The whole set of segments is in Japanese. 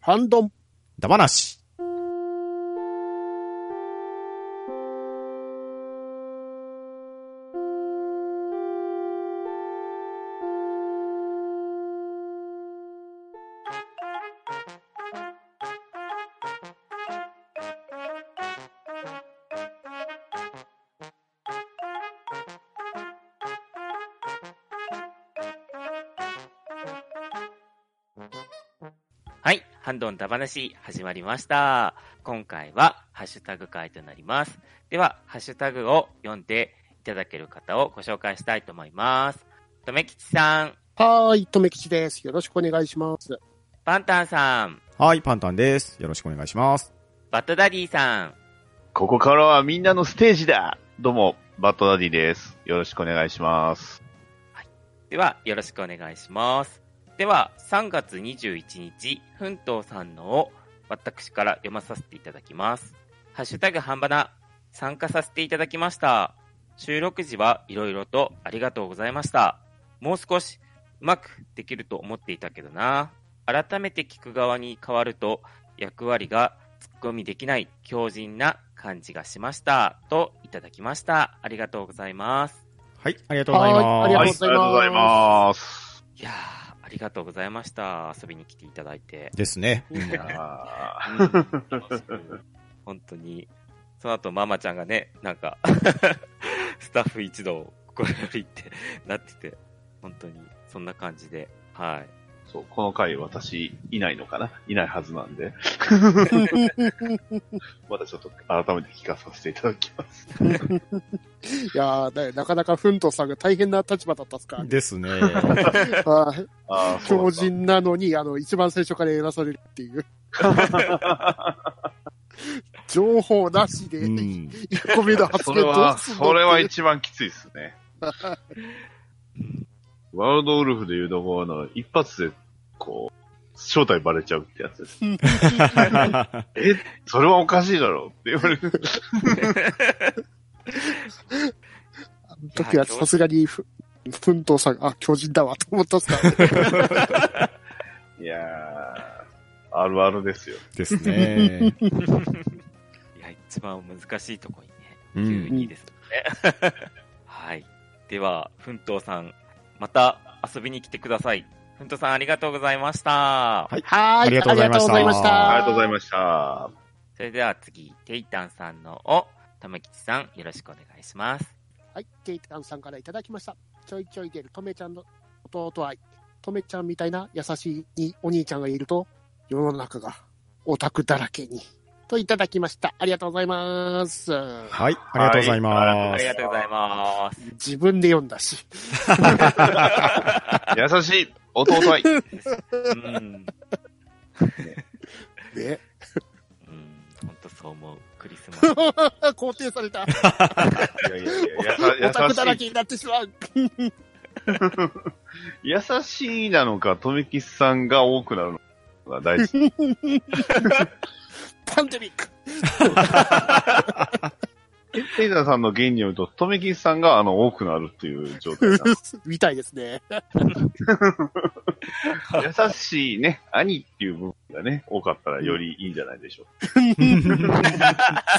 ハンドン、だばなし。はい。ハンドンダバなし始まりました。今回はハッシュタグ会となります。では、ハッシュタグを読んでいただける方をご紹介したいと思います。とめきちさん、はーい、とめきちです。よろしくお願いします。パンタンさん、はい、パンタンです。よろしくお願いします。バットダディさん、ここからはみんなのステージだどうも、バッドダディです。よろしくお願いします。では、よろしくお願いします。では、3月21日、ふんとうさんのを私から読まさせていただきます。ハッシュタグ半ばな、参加させていただきました。収録時はいろいろとありがとうございました。もう少しうまくできると思っていたけどな。改めて聞く側に変わると、役割が突っ込みできない強靭な感じがしました。といただきました。ありがとうございます。はい、ありがとうございます。はありがとうございますす。いやー、ありがとうございました。遊びに来ていただい て。ですね。。いやうん本当に。その後、ママちゃんがね、なんか、 スタッフ一同、これよりってなってて、本当に、そんな感じで、はーそう、この回私いないのかないないはずなん で、またちょっと改めて聞かさせていただきます。いやーだなかなかふんとさんが大変な立場だったっすかで すね。あーあーそう強だった靭なのに、あの、一番最初から偉されるって いう。情報なしで、う1ん。個目の発そ言れどは、うすんのそれはって一番きついですね。ワールドウルフでいうところの一発で、こう、正体バレちゃうってやつです。え、それはおかしいだろうって言われる。い。時はさすがにふ、ふんとさんが、あ、巨人だわ、と思ったっすか。 いやー、あるあるですよ。ですね。いや、一番難しいとこにね、う急ん。にですよね。 はい。では、ふんとうさん、また遊びに来てください。ふんとうさん、ありがとうございました。はーい、ありがとうございましたありがとうございましたありがとうございました。それでは次、テイタンさんのを、とめきちさん、よろしくお願いします。はい、ケイタンさんからいただきました。ちょいちょい出るとめちゃんの弟愛。とめちゃんみたいな優しいお兄ちゃんがいると、世の中がオタクだらけに。といただきました。ありがとうございます。はい、ありがとうございはあまりすが。とうございます。自分で読んだし。優しい弟 愛。うね。ん。うん、本当そう思う。クリス マス。 肯定された。いやいやオいタクだやら、けになってしまう。優しい。優しいなのか、とめきさんが多くなるのが大 事。パンデミッ ク。テイザーさんの原理によると、とめきさんがあの多くなるっていう状態なみたいですね。 優しいね、兄っていう部分がね、多かったらよりいいんじゃないでしょ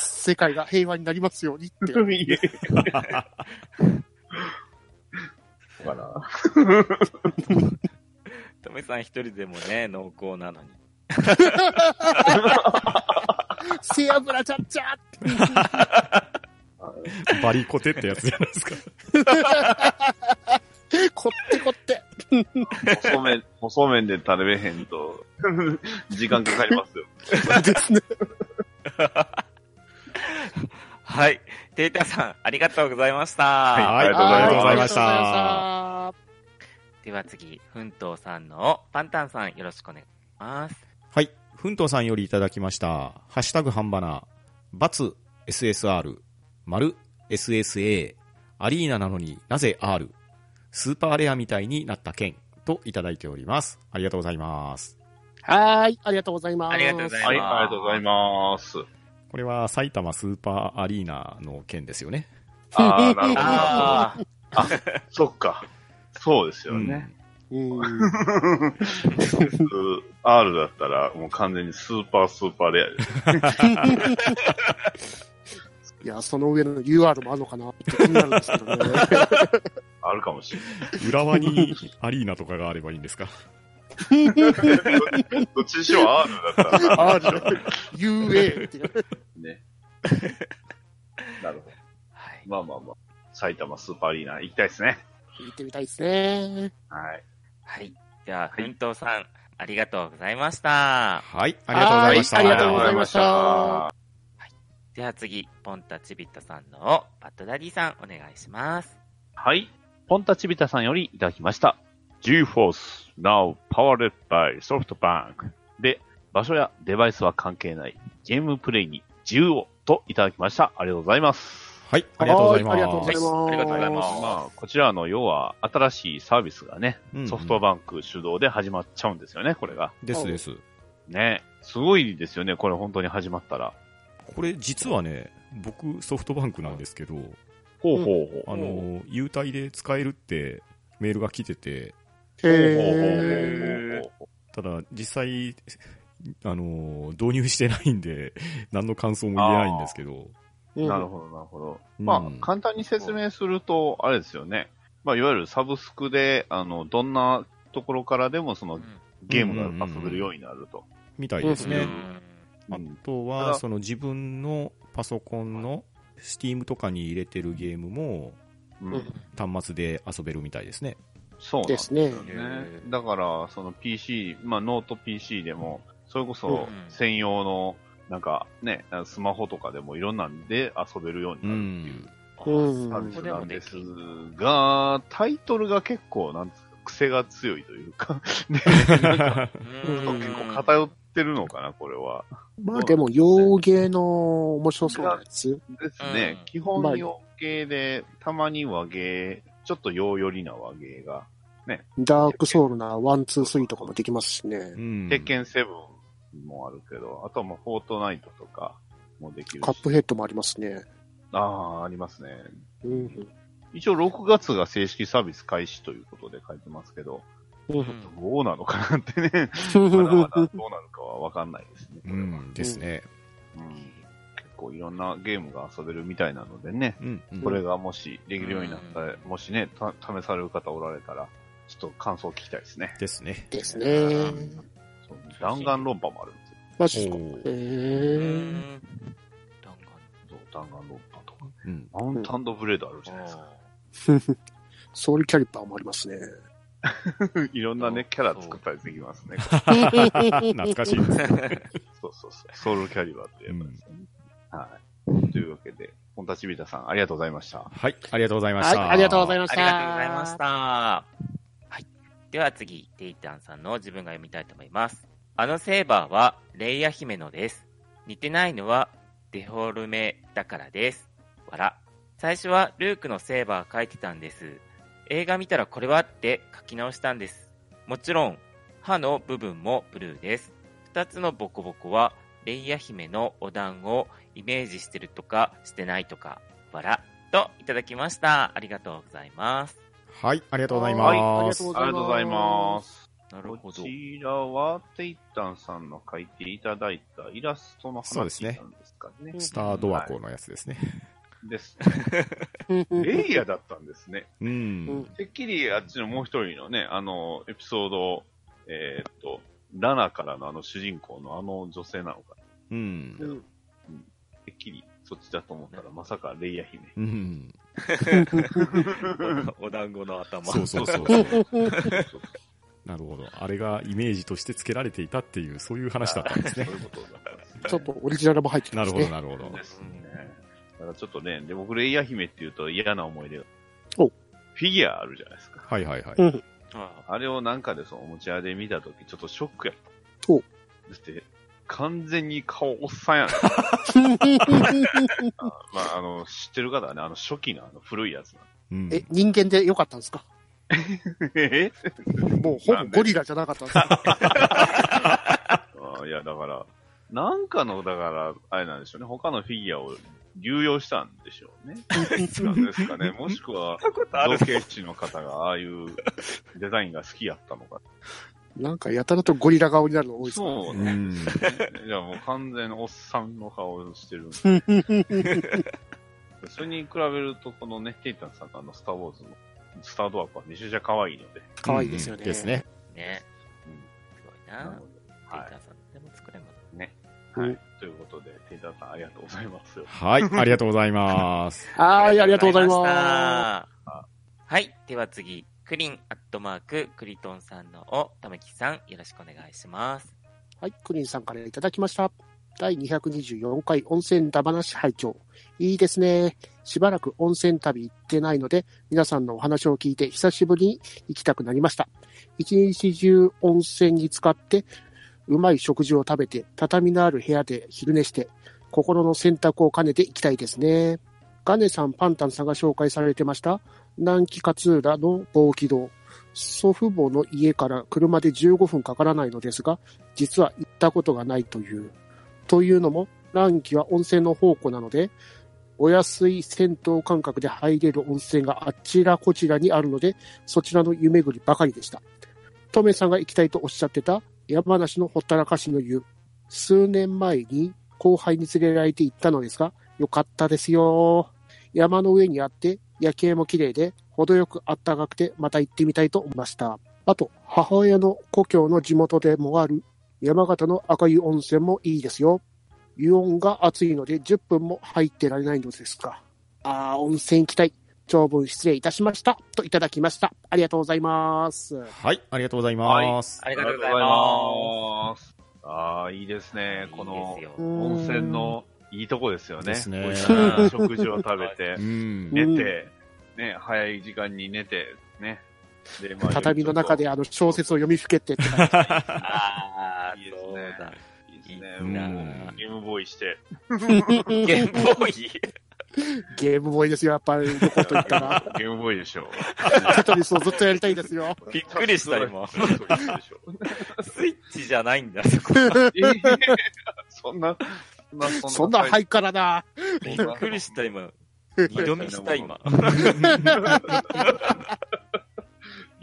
世界が平和になりますように ってう。か。いえそうかな。とめさん一人でもね、濃厚なのに。背脂ちゃっちゃバリコテってやつじゃないですか。こってこって。細麺、細麺で食べへんと、時間かかりますよ。ですね。はい。テイタンさん、ありがとうございました。はいありがとうございましたありがとうございました。では次、ふんとうさんのを、パンタンさん、よろしくお願いします。はい。ふんとうさんよりいただきました。ハッシュタグ半ばな、バツ SSR、丸 SSA、アリーナなのになぜ R、スーパーレアみたいになった件といただいております。ありがとうございます。はーい、ありがとうございます。ありがとうございはい、ありがとうございます。これは埼玉スーパーアリーナの件ですよね。ああ、なるほど。ああ、そっか。そうですよね。うんうん。 R だったら、もう完全にスーパースーパーレアです。いや、その上の UR もあるのかなって気になるんですけどね。あるかもしれ浦和にアリーナとかがあればいいんですかない。どっちにしろ R だったら R、UA っていう。ね。 なるほど。はい。まあまあまあ。埼玉スーパーアリーナ行きたいですね。行ってみたいですね。はい。はい。じゃあ、奮闘さん、ありがとうございました。はい、ありがとうございました。はいありがとうございましたあでは次、ポンタチビットさんのバッドダディさん、お願いします。りがとうございましたはい。ポンタチビタさんよりいただきました。GForce Now Powered by SoftBank で、場所やデバイスは関係ない。ゲームプレイに自由をといただきました。ありがとうございます。はい、ありがとうございまはす。いありがとうございます。ありがとうございますまあ、こちらの要は新しいサービスがね、うんうんソフトバンク主導で始まっちゃうんですよね、これが。ですです。ね。すごいですよね、これ本当に始まったら。これ実はね、僕ソフトバンクなんですけど、ほうほうほう。あの、優待で使えるってメールが来てて、へほうほうほうほうほうほうただ実際、あの、導入してないんで、 何の感想も言えないんですけど、ー。なるほど、なるほど。うんまあ、簡単に説明すると、あれですよね。まあ、いわゆるサブスクで、あの、どんなところからでも、その、ゲームが遊べるようになると。みたいですうね。んあうんとたは、だその自分のパソコンの Steam とかに入れてるゲームもうんうん端末で遊べるみたいですね。そうなんでですすね。ね。だから、その PC、まあ、ノート PC でも、それこうそん専用の、なんかね、スマホとかでもいろんなんで遊べるようう。になるっていうんうんサービスなんですうんが、タイトルが結構、なんつうか、癖が強いというか、ね、うん結構偏ってるのかな、これは。まあでも、洋芸の面白そうなやつ。ですね。うん基本洋芸で、たまに和芸、ちょっと洋寄りな和芸が、ダークソウルなワン、ツー、スリーとかもできますしね。うん鉄拳セブンもあるけど、あとはもうフォートナイトとかもできるし。カップヘッドもありますね。ああ、ありますね。うん。一応6月が正式サービス開始ということで書いてますけど、ううんどうなのかなっ てね、まだまだどん。うなるかはわかんないですね。こうれはん、ですね。うん結構いろんなゲームが遊べるみたいなのでね、うん。うんこれがもしできるようになったら、もしね、た試される方おられたら、ちょっと感想を聞きたいですね。ですね。ですね。そう弾丸論破もあるんですよ。マジですか。おーえー。弾そう弾丸論破とか。 うん。マウンタンドブレードあるじゃない丸ですか。ソウルキャリパーもありますね。 いろんなね、キャラ作ったりできますね。懐かしいです。そうそうそう。ソウルキャリバーってやつですよね。はい。というわけで、本田ちびたさん、ありがとうございました。はい、ありがとうございましはい、た。ありがとうございまましあた。りがとうございました。はい。では次、テイタンさんの自分が読みたいと思います。あのセーバーは、レイヤ姫野です。似てないのは、デフォルメだからです。わら。最初は、ルークのセーバー書いてたんです。映画見たらこれはって書き直したんです。もちろん、歯の部分もブルーです。二つのボコボコは、レイヤ姫のお団子をイメージしてるとか、してないとか、わら。といただきました。ありがとうございます。す。はい、ありがとうございはいありまがすとう。ごありがとうございます。なるほこど。ちらは、テイタンさんの書いていただいたイラストのそうです話なんねですかね。スタードアコのやつですね。です。うんレイヤーだったんですね。ううんん。てっきりあっちのもう一人のね、あの、エピソード、えーっと、ラナからのあの主人公のあの女性なのか、うん。うんてっきりそっちだと思ったら、まさかレイヤー姫。うん。 お団子の頭そうそう そう。 なるほど。あれがイメージとして付けられていたっていう、そういう話だった んですね。 そういうことだったんですねちょっとオリジナルも入ってなまるすほど、ね。なるほどそうで。すね。だからちょっとね、で僕、レイヤー姫っていうと嫌な思い出が。おフィギュアあるじゃないですか。はいはいはい。うんああれをなんかでそのおもちゃ屋で見たとき、ちょっとショックやった。おだって、完全に顔おっさんやな。 まあ、あの、知ってる方はね、あの、初期のあの、古い やつなんうん え、人間でよかったんですかで。もうほぼゴリラじゃなかったんです かあいや、だから、なんかの、だから、あれなんでしょうね、他のフィギュアを流用したんでしょうね。なんですかね。もしくは、たこと造形師の方がああいうデザインが好きやったのか。なんかやたらとゴリラ顔になるの多いですそううーね。ん。じゃあもう完全におっさんの顔をしてるんで。ね。それに比べると、このね、テイタンさんのあの、スターウォーズの、スタードアップはめちゃくちゃ可愛いので。可愛いですようね。んですね。ね。うんすごいなるなほ。どははいい。。さんでも作れます。。はうんい。ということで、テイタンさんありがとうございます。はい、ありがとうございます。はい、ありがとうございますはい。では次、クリンアットマーク、クリトンさんのを、ためきさん、よろしくお願いします。す。はい、クリンさんからいただきました。第224回温泉だ話拝聴いいですね。しばらく温泉旅行ってないので、皆さんのお話を聞いて久しぶりに行きたくなりました。一日中温泉に浸かって、うまい食事を食べて、畳のある部屋で昼寝して、心の選択を兼ねて行きたいですね。ガネさん、パンタンさんが紹介されてました、南紀勝浦の防気道。祖父母の家から車で15分かからないのですが、実は行ったことがないという。というのも、南紀は温泉の宝庫なので、お安い銭湯感覚で入れる温泉があちらこちらにあるので、そちらの湯巡りばかりでした。トメさんが行きたいとおっしゃってた山梨のほったらかしの湯。数年前に後輩に連れられて行ったのですが、良かったですよ。山の上にあって、夜景も綺麗で、程よくあったかくて、また行ってみたいと思いました。あと、母親の故郷の地元でもある山形の赤湯温泉もいいですよ。湯温が熱いので10分も入ってられないのですか。ああ、温泉行きたい。長文失礼いたしました。といただきました。ありがとうございます。はい、ありがとうございます。ありあがとうございりがまとうございます。ああ、いいですね。このいいですよ温温泉のいいとこですよね。ですね美味しい食事を食べてう、ん。寝て、ね、早い時間に寝て、ね。でまあ畳の中であの小説を読みふけてって感じ。あーそうだ。いいですね。うんもうゲームボーイして。ゲームボーイ。ゲームボーイですよ、やっぱり。どこと言った ら。ゲームボーイでしょ。テトリスをずっとやりたいですよ。びっくりした今テトリスでしょスイッチじゃないんだ、そこ。えーそんな、そんなハイからな。びっくりした今。二度見した今。い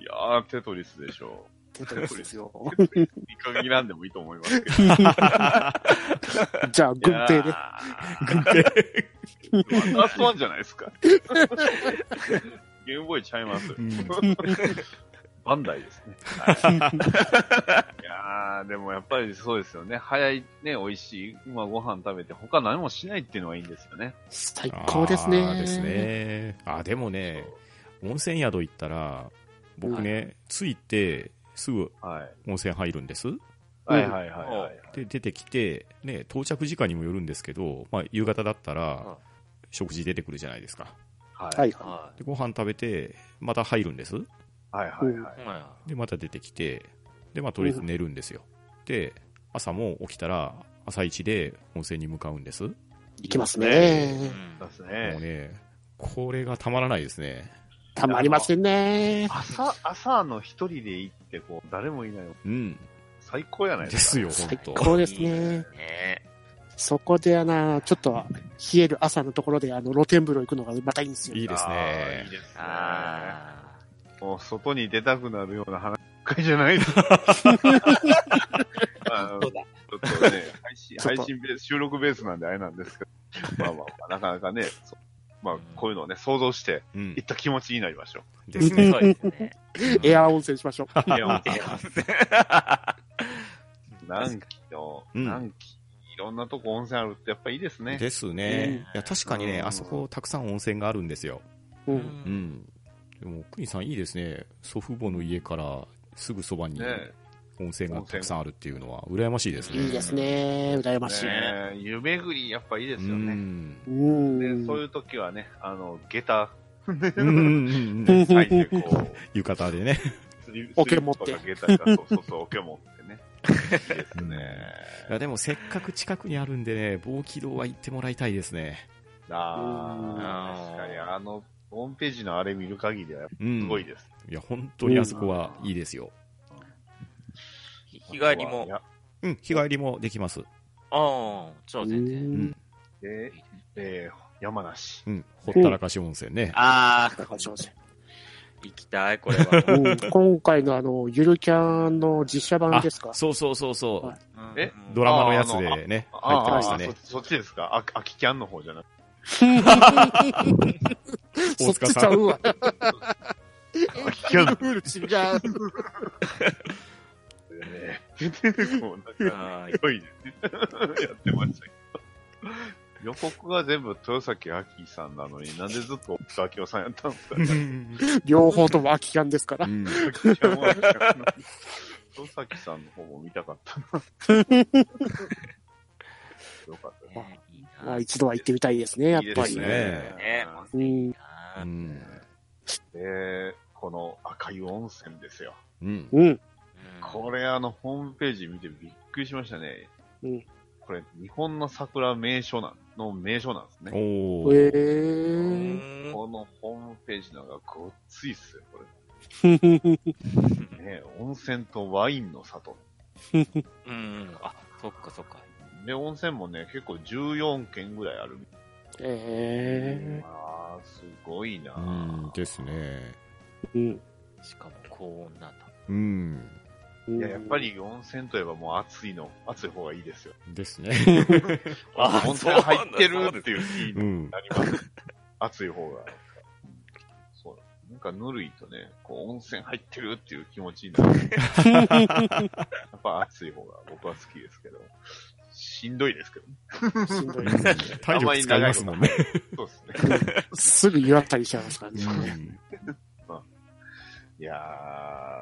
やー、テトリスでしょ。テトリスですよ。テトリス一回睨んでもいいと思いますけど。じゃあ、軍兵いで。やー。ワンダースワンじゃないですか。ゲームボーイちゃいますよう。んバンダイですね。はい、いやー、でもやっぱりそうですよね。早い、ね、美味しい、まあご飯食べて、他何もしないっていうのがいいんですよね。最高ですね。あーですね。あ、でもね、温泉宿行ったら、僕ね、着いて、すぐはい。温泉入るんです。はいはいはいはい。で、出てきて、ね、到着時間にもよるんですけど、まあ、夕方だったらん、食事出てくるじゃないですか。はい。ははいい。はで、ご飯食べて、また入るんです。はいはいはいい。まで、また出てきて、で、まあ、とりあえず寝るんですよ。で、朝も起きたら、朝一で温泉に向かうんです。もいきますあね。そうですうね。ね、これがたまらないですね。たまりませんね。朝、朝の一人で行って、こう、誰もいないの、うん。最高やないでですすよ、か。最本当。高ですね。ねそこであな、ちょっと冷える朝のところであの露天風呂行くのがまたいいんですよ。いいですあーいいね。ですね。あもう外に出たくなるような話会じゃな いです。あのちそょっうだとね、配信、ちょっ配と信ベース、収録ベースなんであれなんですけど、まあまあまあ、なかなかね、そうまあ、こういうのをね、想像して、うん行。った気持ちになりましょでー。すすね。ごいですね。エアー温泉しましょう。 う。いや、もういや南紀の、うん南紀、いろんなとこ温泉あるってやっぱいいですね。ですねうん。いや、確かにね、うんあそこたくさん温泉があるんですよ。 うん。う。ん。でも、クニさんいいですね。祖父母の家からすぐそばにね温泉がたくさんあるっていうのは、羨ましいですね。いいですね。羨ましい。ね湯巡り、やっぱいいですようね。ん。うで、んそういう時はね、あの、下駄、うん うんうん うん。履いてこう、浴衣でね。スリ桶持ってスリッパか下駄かそうそうそう、桶持ってね。いいですね。いや、でもせっかく近くにあるんでね、防気道は行ってもらいたいですね。あうあ、ん確かに、あの、ホームページのあれ見る限りではうん。すごいです。いや、本当にあそこはいいですよ。日帰りもい。やうん、日帰りもできます。ああ、じゃあ全然。んで、えー、山梨。うん。ほったらかし温泉ね。あだからー、すいません行きたい、これは。うん今回のあの、ゆるキャンの実写版あですかそうそうそうそはう。えうんドラマのやつでね、あ入ってましたあねあ。そそっちですかあ、秋キャンの方じゃなくそ 大っ塚ちちさゃんうわ。て。秋キャンの方ルール違う。でね。 こうなんか、はいすごい、やってましたけど。予告が全部豊崎明さんなのになんでずっと大塚明夫さんやったんですかね。両方とも空き缶ですからう。ん秋キャンは秋キャンの豊崎さんの方も見たかった な。よかったねいいまなあ、一度は行ってみたいですね、やっぱいいり。ですねねうん。うんで、この赤湯温泉ですよ。うん。うん。これあの、ホームページ見てびっくりしましたね。うんこれ、日本の桜名所なん、の名所なんですね。おええうー。ー。んこのホームページなんかごっついっすよ、これ。ね温泉とワインの里。うん。あ、そっかそっか。で、温泉もね、結構14軒ぐらいある。えあー、すごいなうんですね。えー。しかも高温なんだ。うん。うん。いや、やっぱ。り温泉といえばもう暑いの、暑い方がいいですよ。ですね。あ温泉入ってるっていういいのうん。なります。暑い方が。そうなんかぬるいとね、こう温泉入ってるっていう気持ちになる。やっぱ暑い方が僕は好きですけど、しんどいですけどね。しんどいですね体力使いますもんね。そうですね。すぐ湯あたりしちゃいますからうね。んいや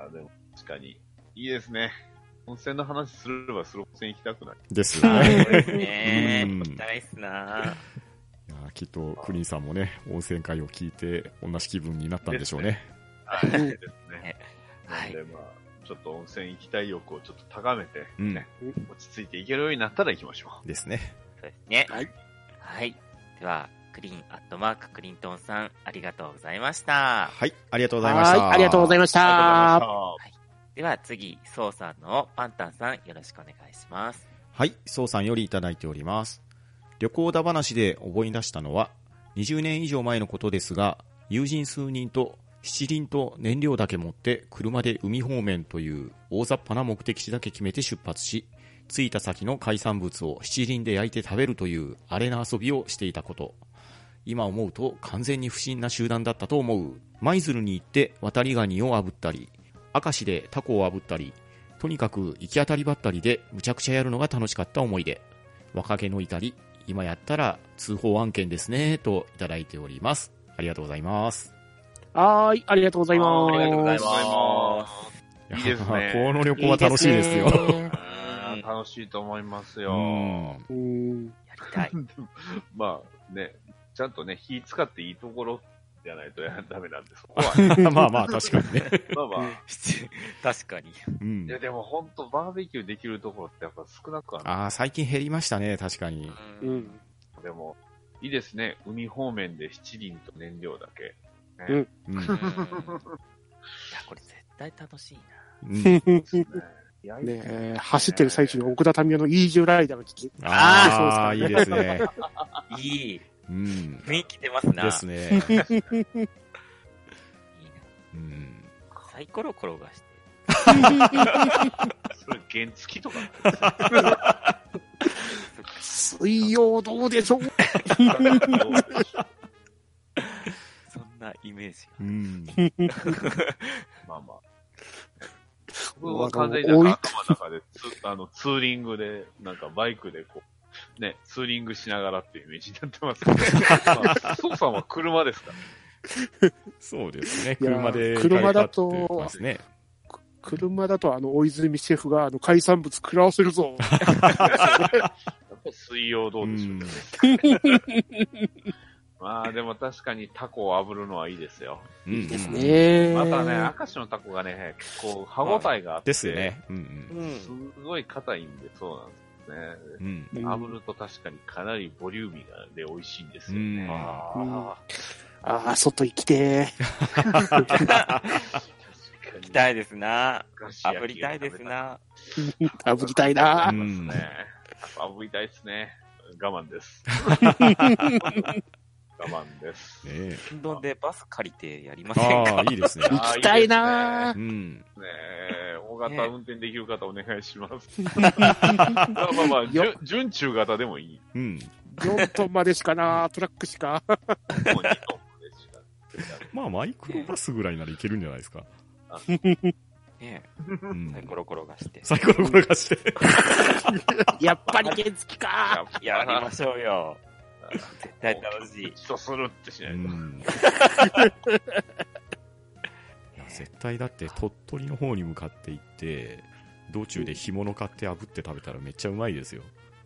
ー、でも確かに、いいですね。温泉の話すればするほど温泉行きたくなる。ですあね。ーこれねうん行きたいっすな。い やーきっと、クリンさんもね、温泉会を聞いて、同じ気分になったんでしょうね。はい、ですね。はいなんでまあ、ちょっと温泉行きたい欲をちょっと高めて、うん。落ち着いて行けるようになったら行きましょう。ですね。そうですね。はい。はい。では、クリーンアットマーククリントンさん、ありがとうございました。はい。ありがとうございましはいた。。ありがとうございましありた。がとうございました。では次、ソウさんのパンタンさん、よろしくお願いします。はい、そうさんよりいただいております。旅行だ話で思い出したのは、20年以上前のことですが、友人数人と七輪と燃料だけ持って車で海方面という大雑把な目的地だけ決めて出発し、着いた先の海産物を七輪で焼いて食べるというアレな遊びをしていたこと。今思うと完全に不審な集団だったと思う。舞鶴に行って渡りガニを炙ったり、明石でタコを炙ったり、とにかく行き当たりばったりでむちゃくちゃやるのが楽しかった思い出。若気の至り、今やったら通報案件ですね、といただいております。ありがとうございます。はーい。ありがとうございます。ありがとうございありがとうございま。ますやいいですねこの 旅行は楽しいですよ。ねうん楽しいと思いますうよ。んうん。やりたい。まあね、ちゃんとね、火使っていいところじゃないとやダメなんで、そこ は、ね、まあまあ、確かにね。まあまあ。 確かに。うんいや、でも本当バーベキューできるところってやっぱ少なくはなああ、最近減りましたね、確かに。ううんん。い。でも、いいですね。海方面で七輪と燃料だけ。ういんや、これ絶対楽しいな。うんね ねえ走ってる最中に奥田民生のイージュライダーの聞き。あ ああ、ーいそいうでですね。いいうん。雰囲気出ますな。ですね。いいなうんサイコロ転がして。 それ原付とか。水曜どうでしょうそんなイメージが。うん。まあまあ。うわ僕は完全になんか頭の中でツあのツーリングで、なんかバイクでこう、ね、ツーリングしながらっていうイメージになってますけど、まあ、そうさんは車ですから、そうですね。いやー車で。車だとますね。車だとあの、大泉シェフがあの、海産物食らわせるぞ。やっぱり水曜どうでしょうね。まあでも確かにタコを炙るのはいいですよ。うんです。ねまたね、明石のタコがね、結構歯応えがあって、ですよ。ね。うんうんすごい硬いんで、そうなんですね。うん。うん。うん炙ると確かにかなりボリューミーがで美味しいんですようねん。あうーんああ、外行きて確かに行きたいですな。炙炙りたいです。な。ー。炙りたいなうー。んね、炙りたいですね。我慢です。 我慢です。ねロンドンでバス借りてやりませんあかあ、いいですね。あー行きたいなうーん。ねえ、大型運転できる方お願いし ます。 4まあまあまあ、じゅよ準中型で もいい。うん。トンまでしかな、トラックしか。もう二トンでしかまあ、マイクロバスぐらいならいけるんじゃないですか。ねうんサイコロ転がして。サイコロ転がして。やっぱり原付か。やっぱり やりましょうよ。絶対楽しい。人するってしうないと。ん。いや、絶対だって鳥取の方に向かって行って、道中で干物買って炙って食べたらめっちゃうまいですよ。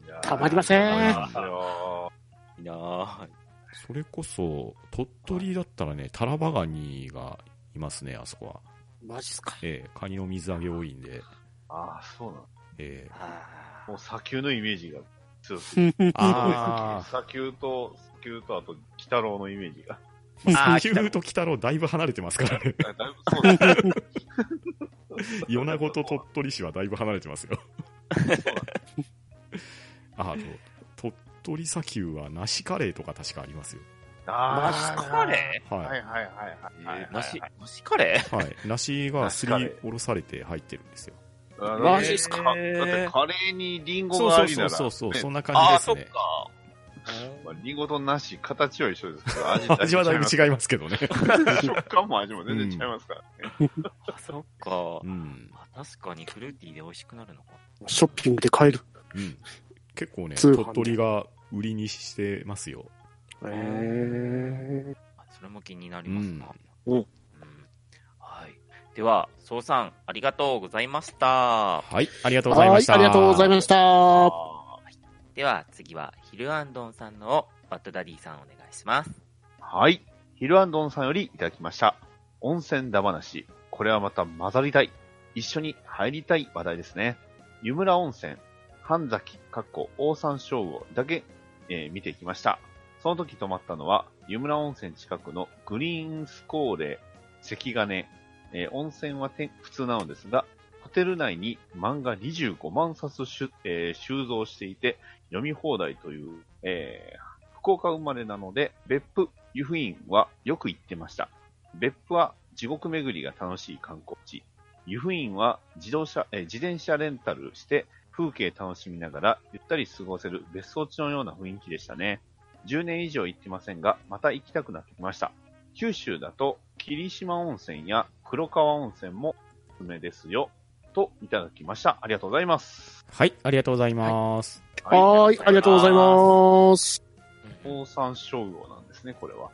いやーたまりませんたまりますよいいなぁ。それこそ、鳥取だったらね、タラバガニがいますね、あそこは。マジっすか。ええ、カニの水揚げ多いんで。ああ、そうなの。えあもう砂丘のイメージが強すぎる。え。あ砂丘と、砂丘と、あと、鬼太郎のイメージが。あ。あ 砂ー丘と鬼太郎だいぶ離れてますからね。だいぶそうだね。 米子と鳥取市はだいぶ離れてますよ。そうだねああと、鳥取砂丘は梨カレーとか確かありますよ。あマーシカレは。はいいはいはいはいはいー。マシ、マシカレーはい。梨がすりおろされて入ってるんですよ。あマジっすかだってカレーにリンゴそうがそあうりそなうら。そうそう、ねそんなあ感あ、じそでっすね。か。まあ、リンゴと梨、形は一緒ですけど、味 味はだいぶ違い違いますけどね。ます。 食感も味も全然違いますからね。あ、そっかう。ん。まあ確かにフルーティーで美味しくなるのか。ショッピングで買える。うん。結構ね、通販で鳥取が売りにしてますよ。えあそれも気になりますな。うんおはい。では、総さん、ありがとうございました。はい、ありがとうございはまいし、た。ありがとうございました。はあでは、次は、ヒルアンドンさんのバッドダディさんお願いします。ーはい。ヒルアンドンさんよりいただきました。温泉だ話。これはまた混ざりたい。一緒に入りたい話題ですね。湯村温泉、半崎、かっこ、大山省吾だけ、えー見てきました。その時泊まったのは、湯村温泉近くのグリーンスコーレ、関金。えー温泉はて普通なのですが、ホテル内に漫画25万冊しゅ、えー収蔵していて、読み放題という、えー福岡生まれなので、別府、湯布院はよく行ってました。別府は地獄巡りが楽しい観光地。湯布院は自動車、えー自転車レンタルして風景楽しみながらゆったり過ごせる別荘地のような雰囲気でしたね。10年以上行ってませんが、また行きたくなってきました。九州だと霧島温泉や黒川温泉もおすすめですよ。といただきました。ありがとうございます。はい、ありがとうございます。ーい、ありがとうございます。高山商業なんですね、これは。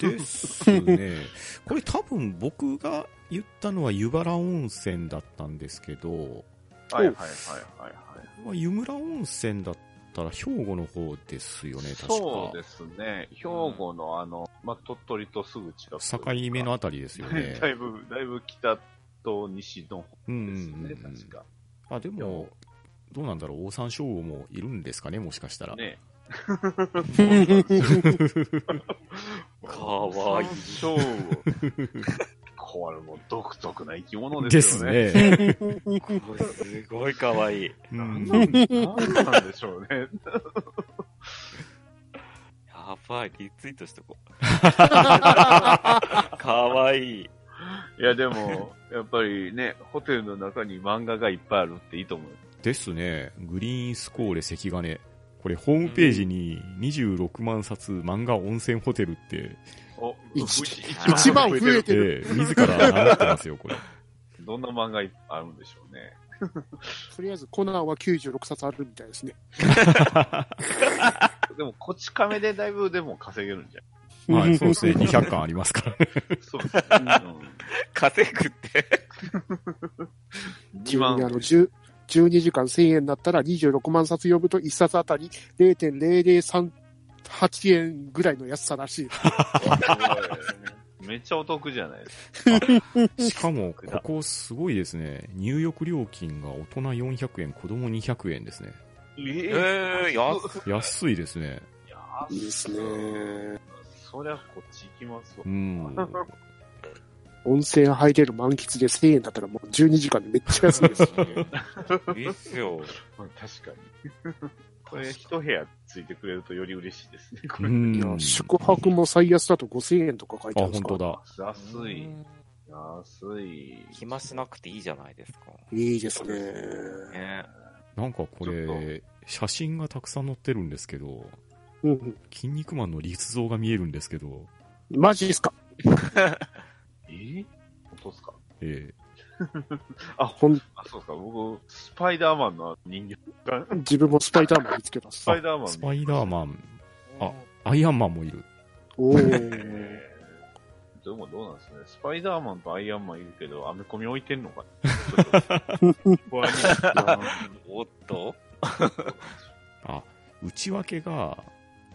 ですね。これ多分僕が言ったのは湯原温泉だったんですけど、はいはいはいはいはい。まあ、湯村温泉だったら兵庫の方ですよね、確か。そうですね。兵庫のあの、まあ、鳥取とすぐ近く。境目のあたりですよね。 だいぶ、だいぶ北と西のうん方うですんね、うん確か。あ、でも、どうなんだろう、大山省吾もいるんですかね、もしかしたら。ね。かわいい山 椒これもう独特な生き物でですすよね。ね。すごい可愛い。いうんなんなんでしょうね。 やばい、リツイートしと こう。可愛いい。いや、でも、やっぱりね、ホテルの中に漫画がいっぱいあるっていいと思う。ですね。グリーンスコーレ関金。これ、ホームページに26万冊漫画温泉ホテルって、お、一一番増えてる。てる。ええ自ら習ってますよ、これ。どんな漫画いっぱいあるんでしょうね。 とりあえずコナンは96冊あるみたいですね。でも、こち亀でだいぶでも稼げるんじゃはい、そうですね。200巻ありますからね。ないそうですね。う 稼ぐって。ん12 2万。あの10 12時間1000円だったら26万冊読むと1冊あたり0.0038円ぐらいの安さらしい。めっちゃお得じゃないですし かも、ここすごいですね。入浴料金が大人400円、子供200円ですね。か。ええー、 安っ安いですね。いいですね。そりゃこっち行きますわう。ん。温泉入れる満喫で1000円だったらもう12時間でめっちゃ安いです。いいっすよ。まあ確かに。 ここれ、一部屋ついてくれるとより嬉しいですね、こ うれ。んいや、宿泊も最安だと5000円とか書いてあ、あるんで本すか当だ。安うい、ん安い。暇しなくていいじゃないですか。いいですね。ね、なんかこちょれ、写真がたくさん載ってるんですけど、うんうん。筋肉マンの立像が見えるんですけど、マジですかえー本当ですかえあ、ほんあ、そうですか。僕、スパイダーマンの人形が、自分もスパイダーマン見つけたっすスパイダーマン。ー、スパイダーマン、あン。アイアンマンもいる。おー。えー、でもどうなんですかね。スパイダーマンとアイアンマンいるけど、アメコミ置いてんのか なちょっと不安になってきたおっとあ、内訳が、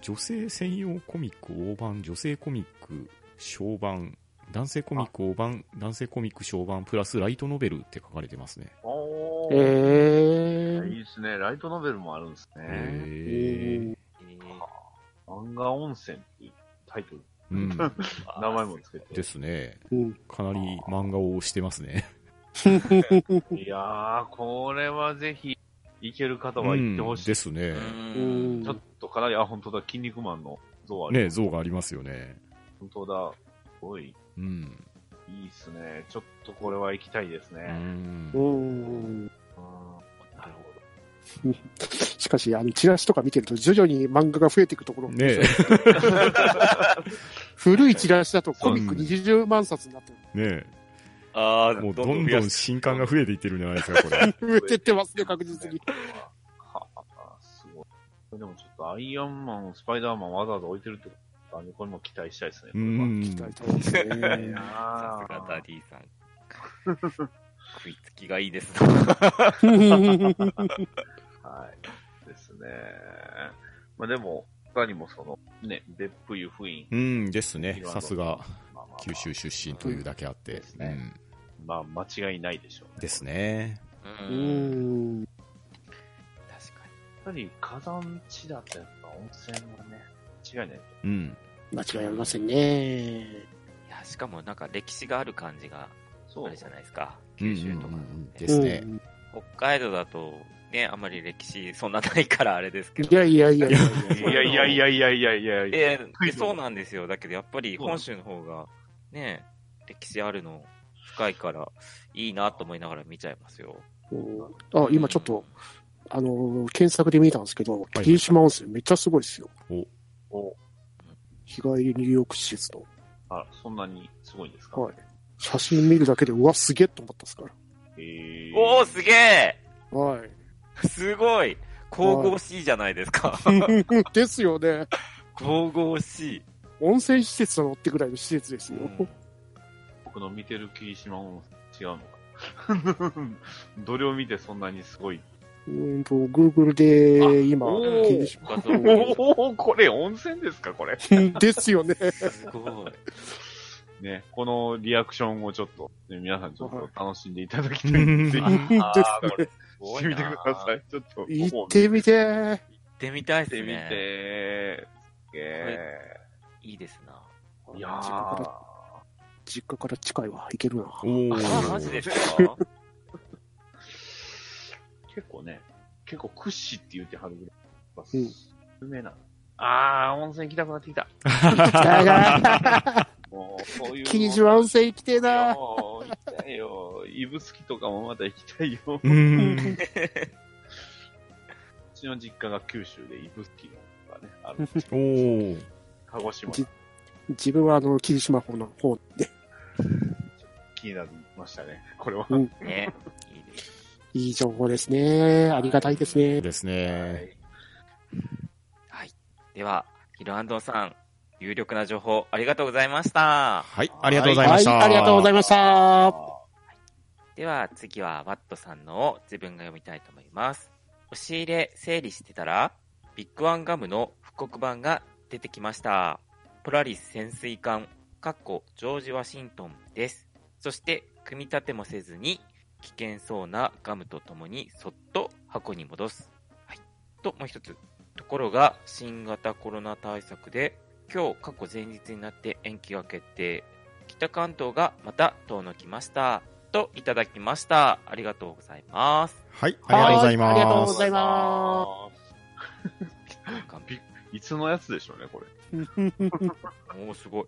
女性専用コミック大版、女性コミック小版、男性コミック大版、男性コミック小版、プラスライトノベルって書かれてますね。おーえいいですね。ライトノベルもあるんですね。へ漫画温泉っていうタイトル、ーうん。名前もつけてで。す ね。うん。かなり漫画を推してますね。いやー、これはぜひ、行ける方は行ってほしい。うんですねう。うんんちょっとかなり、あ、本当だ、筋肉マンの像ある。ね、像がありますよね。本当だ、すごい、うん。いいっすね。ちょっとこれは行きたいですうね。んう。ん。うんなるほど。しかし、あの、チラシとか見てると徐々に漫画が増えていくところ、ね古いチラシだとコミック20万冊になってる。え、 ねあえ、あ、もうどどんんどどんん新刊が増えていってるんじゃないですか、これ。増えてってますね、確実に。は あ、すごい。でもちょっとアイアンマン、スパイダーマンわざわざ置いてるってことは、これも期待したいですね。ういん。期待とですね。やさすがダーディさん。食いつきがいいですはい。ですね。まあでも、他にもその、ね、でっぷゆ不意。うんですね。さすが、まあまあまあ九州出身というだけあって。うんまあ、間違いないでしょう、うんですね。うう。ん。確かやっぱり火山地だったやっぱ温泉はね、間違いないと。うん。間違いありませんね。に。いや、しかもなんか歴史がある感じがそあうれじゃないですか。九州とかうね、んうんうんですねう。ん北海道だと、ね、あんまり歴史そんなないからあれですけいど。やいやいやいや。いやいやいやいやいやいやいや。ええそうなんですよ。だけどやっぱり本州の方が、ね、歴史あるの深いから、いいなと思いながら見ちゃいますよ。あ、今ちょっと、あの、検索で見たんですけど、霧島温泉めっちゃすごいですよ。お日帰り入浴施設の。あ、そんなにすごいんですかはい。写真見るだけで、うわ、すげえと思ったですかえー、おおすげえら。はい。すごい神々しいじゃないですか。 ですよね。神々しい。温泉施設なのってぐらいの施設ですよ。僕の見てる霧島も違うのか。 どれを見てそんなにすごい。うんと、Google で今、おー霧島画像おおこれ温泉ですかこれ。 うんですよね。すごい。ね、このリアクションをちょっと、ね皆さんちょっと楽しんでいただきたい。うんぜひ、ああーこれすごしいてなみてください。ちょっと、行ってみてー。行ってみたい行っでてすみね。て。すげえ。いいですな。いや実家かーら、実家から近いわ。行け るな。おあ、ーマジですか結構ね、結構屈指って言ってはるぐらい、やっぱうん有名な。あー、温泉行きたくなってきた。もう、そういう。霧島温泉行きてえいやな。もう行きたいよ。イブスキとかもまた行きたいよ。ううん。ちの実家が九州でイブスキのがね、あるんですよおー鹿児島じ自分はあの、霧島方の方で、気になりましたね。これは。うんね。いいです。いい情報ですね。ありがたいですね。ですはね。い。では、ヒロアンドさん、有力な情報ありがとうございました。はい、ありがとうございました。はい、ありがとうございました。では次はワットさんのを自分が読みたいと思います。押し入れ整理してたら、ビッグワンガムの復刻版が出てきました。ポラリス潜水艦、かっこジョージ・ワシントンです。そして、組み立てもせずに、危険そうなガムとともにそっと箱に戻す。はい。と、もう一つ。ところが、新型コロナ対策で、今日過去前日になって延期が決定。北関東がまた遠のきました。といただきました。ありがとうございます。はい、あはいりがとうございありがとうまごすざ。います完璧いつのやつでしょうね、これ。おー、すごい。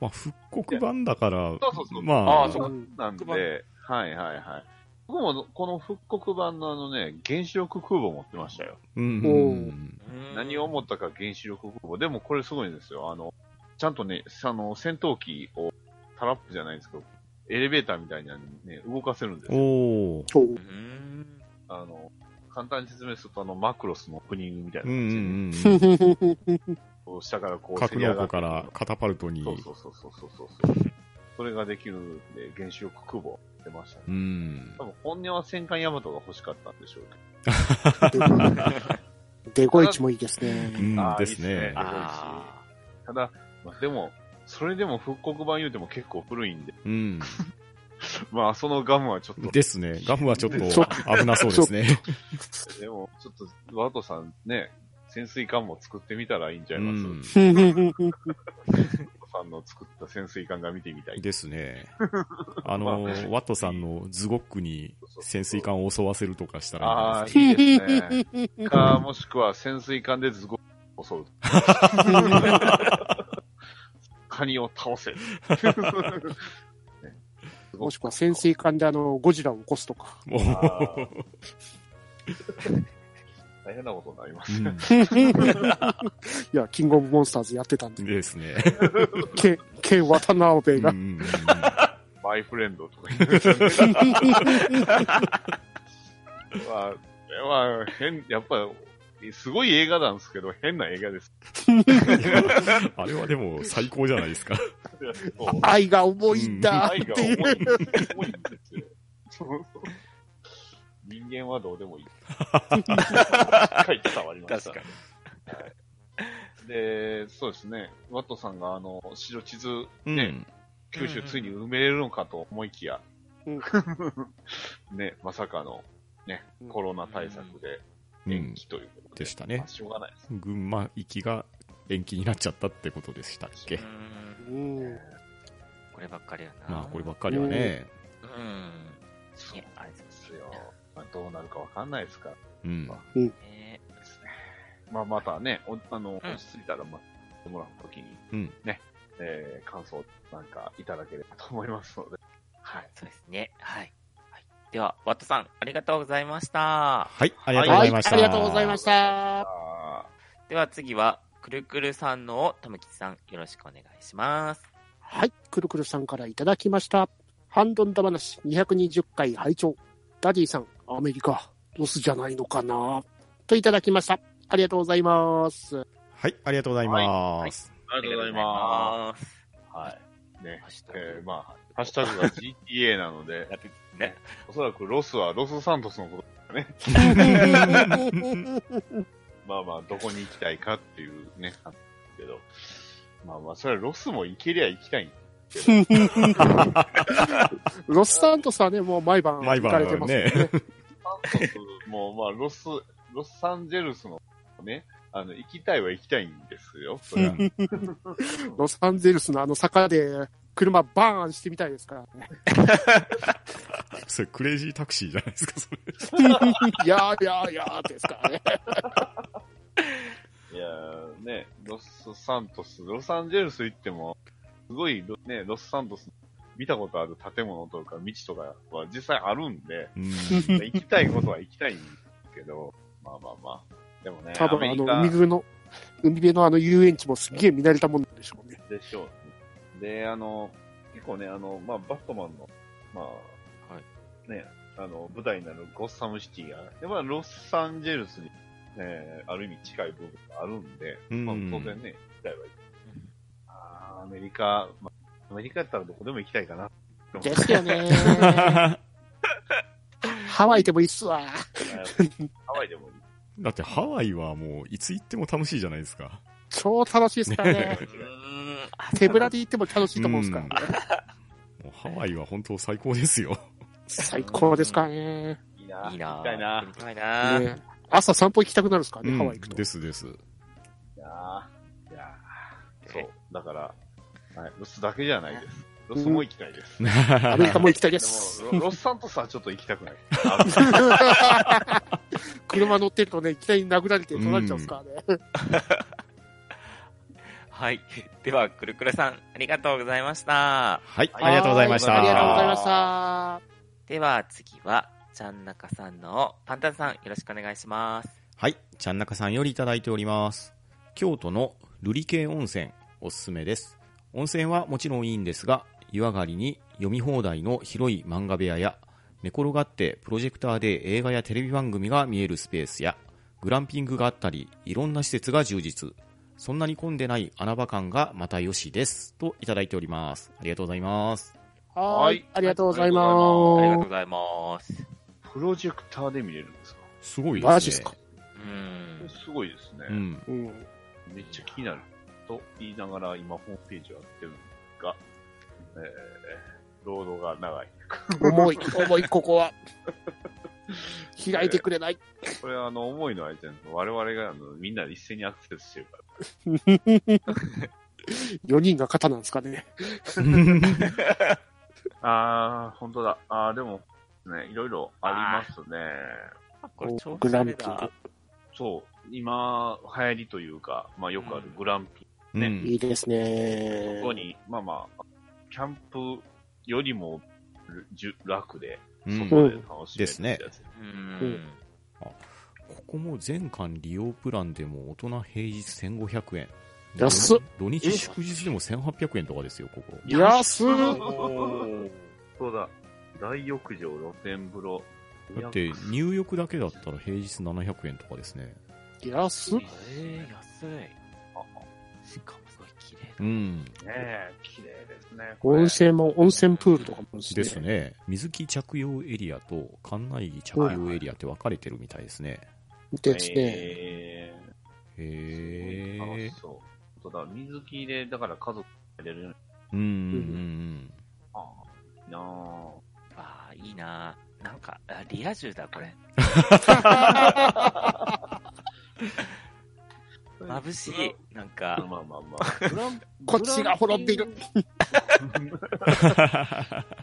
まあ、復刻版だから、そうそうそうまああ、あ、そううんなんで、はいはいはい。僕もこの復刻版のあのね、原子力空母持ってましたよ。うんお何を思ったか原子力空母。でもこれすごいんですよ。あの、ちゃんとね、あの、戦闘機をタラップじゃないんですけど、エレベーターみたいにね、動かせるんですよ。おーそう うーん。あの、簡単に説明するとあの、マクロスのオープニングみたいなうんう感じで、んううん。んこう下からこう、格納庫からカタパルトに。そうそうそうそうそうそう。それができるんで、原子力空母出ましたね。うん多。分本音は戦艦ヤマトが欲しかったんでしょうけど。デゴイチもいいですうね。んあーですいいっすねね。あただ、まあ、でも、それでも復刻版言うても結構古いんで、 うん。まあそのガムはちょっと、でですね。ガムはちょっとちょっ危なそうですね。もちょっと、ワトさんね、潜水艦も作ってみたらいいんちゃいうます、ん。ワトさんの作った潜水艦が見てみたい。です ね。あの、ワットさんのズゴックに潜水艦を襲わせるとかしたあらあ、いいです ね。か、もしくは潜水艦でズゴを襲う。カニを 倒せ。もしくは潜水艦であの、ゴジラを起こすとか。いいですね。もあー大変なことになりますね。いう、や、キングオブモンスターズやってたんうでん、、です ね。ケケン渡辺うんうが。んマイフレンドとか言ってまあ、まあ、変、やっぱ、すごい映画なんですけど、変な映 画です。うんいやあれはでも最高じゃないですか。そう愛が重いんだ愛っがて重いい、う。重いんです よ。そうそう人間はどうでもいい。書いて伝わりまし確た。かに。で、そうですね。ワットさんが、あの、白地図、うんね、九州ついに埋めれるのかと思いきや、うん ね、まさかの、ね、コロナ対策でうん延期ということで。でしたねまあしょうがないです。群馬行きが延期になっちゃったってことでしたっにけ。うんこればっかりやな。まあこればっかりはね。うん。そいうや、あれですですよ。まあ、どうなるかわかんないですからうん。ね。ですね。まあ、またね、おあうの、ん落ち着いたら、まあ、やってもらうときに、うんね、えー感想なんかいただければと思いますので。はい。そうですね。はい。はい、では、ワットさん、ありがとうございました。はい、ありがとうごはざい、いました。ありがとうございました。あでは次は、くるくるさんのとむきちさん、よろしくお願いします。はい、くるくるさんからいただきました。ハンドンダ話220回拝聴。ダディさん、アメリカ、ロスじゃないのかなといただきました。ありがとうございます。はい、ありがとうございます。ああ。りがとうございますーはい。ねハッシュタグえーまあ、ハッシュタグが GTA な ので、だってね、おそらくロスはロスサントスのこと、まあまあ、どこに行きたいかっていうね、あったけど、まあまあ、それはロスも行けりゃ行きたいんロスサントスはね、もう毎晩毎行晩かれてますよね。サント スも、まあ、ロス、ロスサンゼルスのね、あの、行きたいは行きたいんですよ、それは。ロサンゼルスのあの坂で車バーンしてみたいですからね。それクレイジータクシーじゃないですか、それ。いやーいやーいやーですからね。いやーね、ロスサントス、ロサンゼルス行っても、すごいロ、ね、ロスサントス、見たことある建物とか道とかは実際あるんで、うん行きたいことは行きたいんですけど、まあまあまあ。でもね、多ア分メあリのカ海辺の、海辺のあの遊園地もすげえ見慣れたもんでしょうね。でしょう、ね。で、あの、結構ね、あの、まあ、バットマンの、まあ、はね、あの、舞台になるゴッサムシティが、で、まあ、ロサンゼルスに、えーある意味近い部分があるんで、うんまあ、当 然ね、行きたいは行く。あーアメリカ、まあ、アメリカやったらどこでも行きたいかな。ですよねー。 ハワイでもいいっすわ。ハワイでもいい。だってハワイはもういつ行っても楽しいじゃないですか。超楽しいですからね う。ーん。手ぶらで行っても楽しいと思うんですから、うんもうハワイは本当最高ですよ。最高ですからね。いいな。いいなぁ行きたいな。行きたいなぁね朝散歩行きたくなるんですからね、ハワイ行くとで。すです。いやーいやーそう。だから、はい、ロスだけじゃないです。ロスも行きたいです。アメリカも行きたいで です。もロ、ロスサントスはちょっと行きたくない。車乗ってるとね、いきなり殴られて取られちゃうんですからね。はい。では、くるくるさん、ありがとうございました。はい、ありがとうございました。ありがとうございました。では、次は、ちゃんなかさんのパンタンさん、よろしくお願いします。はい、ちゃんなかさんよりいただいております。京都の瑠璃系温泉、おすすめです。温泉はもちろんいいんですが、湯上がりに読み放題の広い漫画部屋や、寝転がってプロジェクターで映画やテレビ番組が見えるスペースや、グランピングがあったり、いろんな施設が充実。そんなに混んでない穴場感がまたよしです。といただいております。ありがとうございます。ははいい。ありがとうございありがとうまございます。プロジェクターで見れるんですかすごいですね。マジっすかうん。すごいですね。 うん。す。うん。めっちゃ気になる。と言いながら、今ホームページをやってるんですが、えー、ロードが長い。重い、重い、ここは。開いてくれない。これはあの、重いのはあれじゃないですか我々があのみんなで一斉にアクセスしてるから。 4人が肩なんですかね。あー、本当だ。あー、でも、ね、いろいろありますね。これ超グラおンピれングだ。そう、今、流行りというか、まあよくあるグランピうんいいですング、ねそ。こに、まあまあ、キャンプよりもじゅ楽で、うそんこで楽しめるってやつですね。うん。ここも全館利用プランでも大人平日1500円。安っ土日祝日でも1800円とかですよ、ここ。安っ本当だ。大浴場、露天風呂。だって入浴だけだったら平日700円とかですね。安っえー、安い。しかもすごい綺麗だ。うん。ねえ、綺麗ですね。これ温泉も温泉プールとかもですね。ですね。水着着用エリアと館内着着用エリアって分かれてるみたいですね。ですね。えへー、楽えし。そう。本当だ、水着で、だから家族入れるようにうんうんああ、いいなあああ、いいなーなんか、あリア充だ、これ。眩しい。なんまあか、まあまあ。グランこっちが滅んでいる。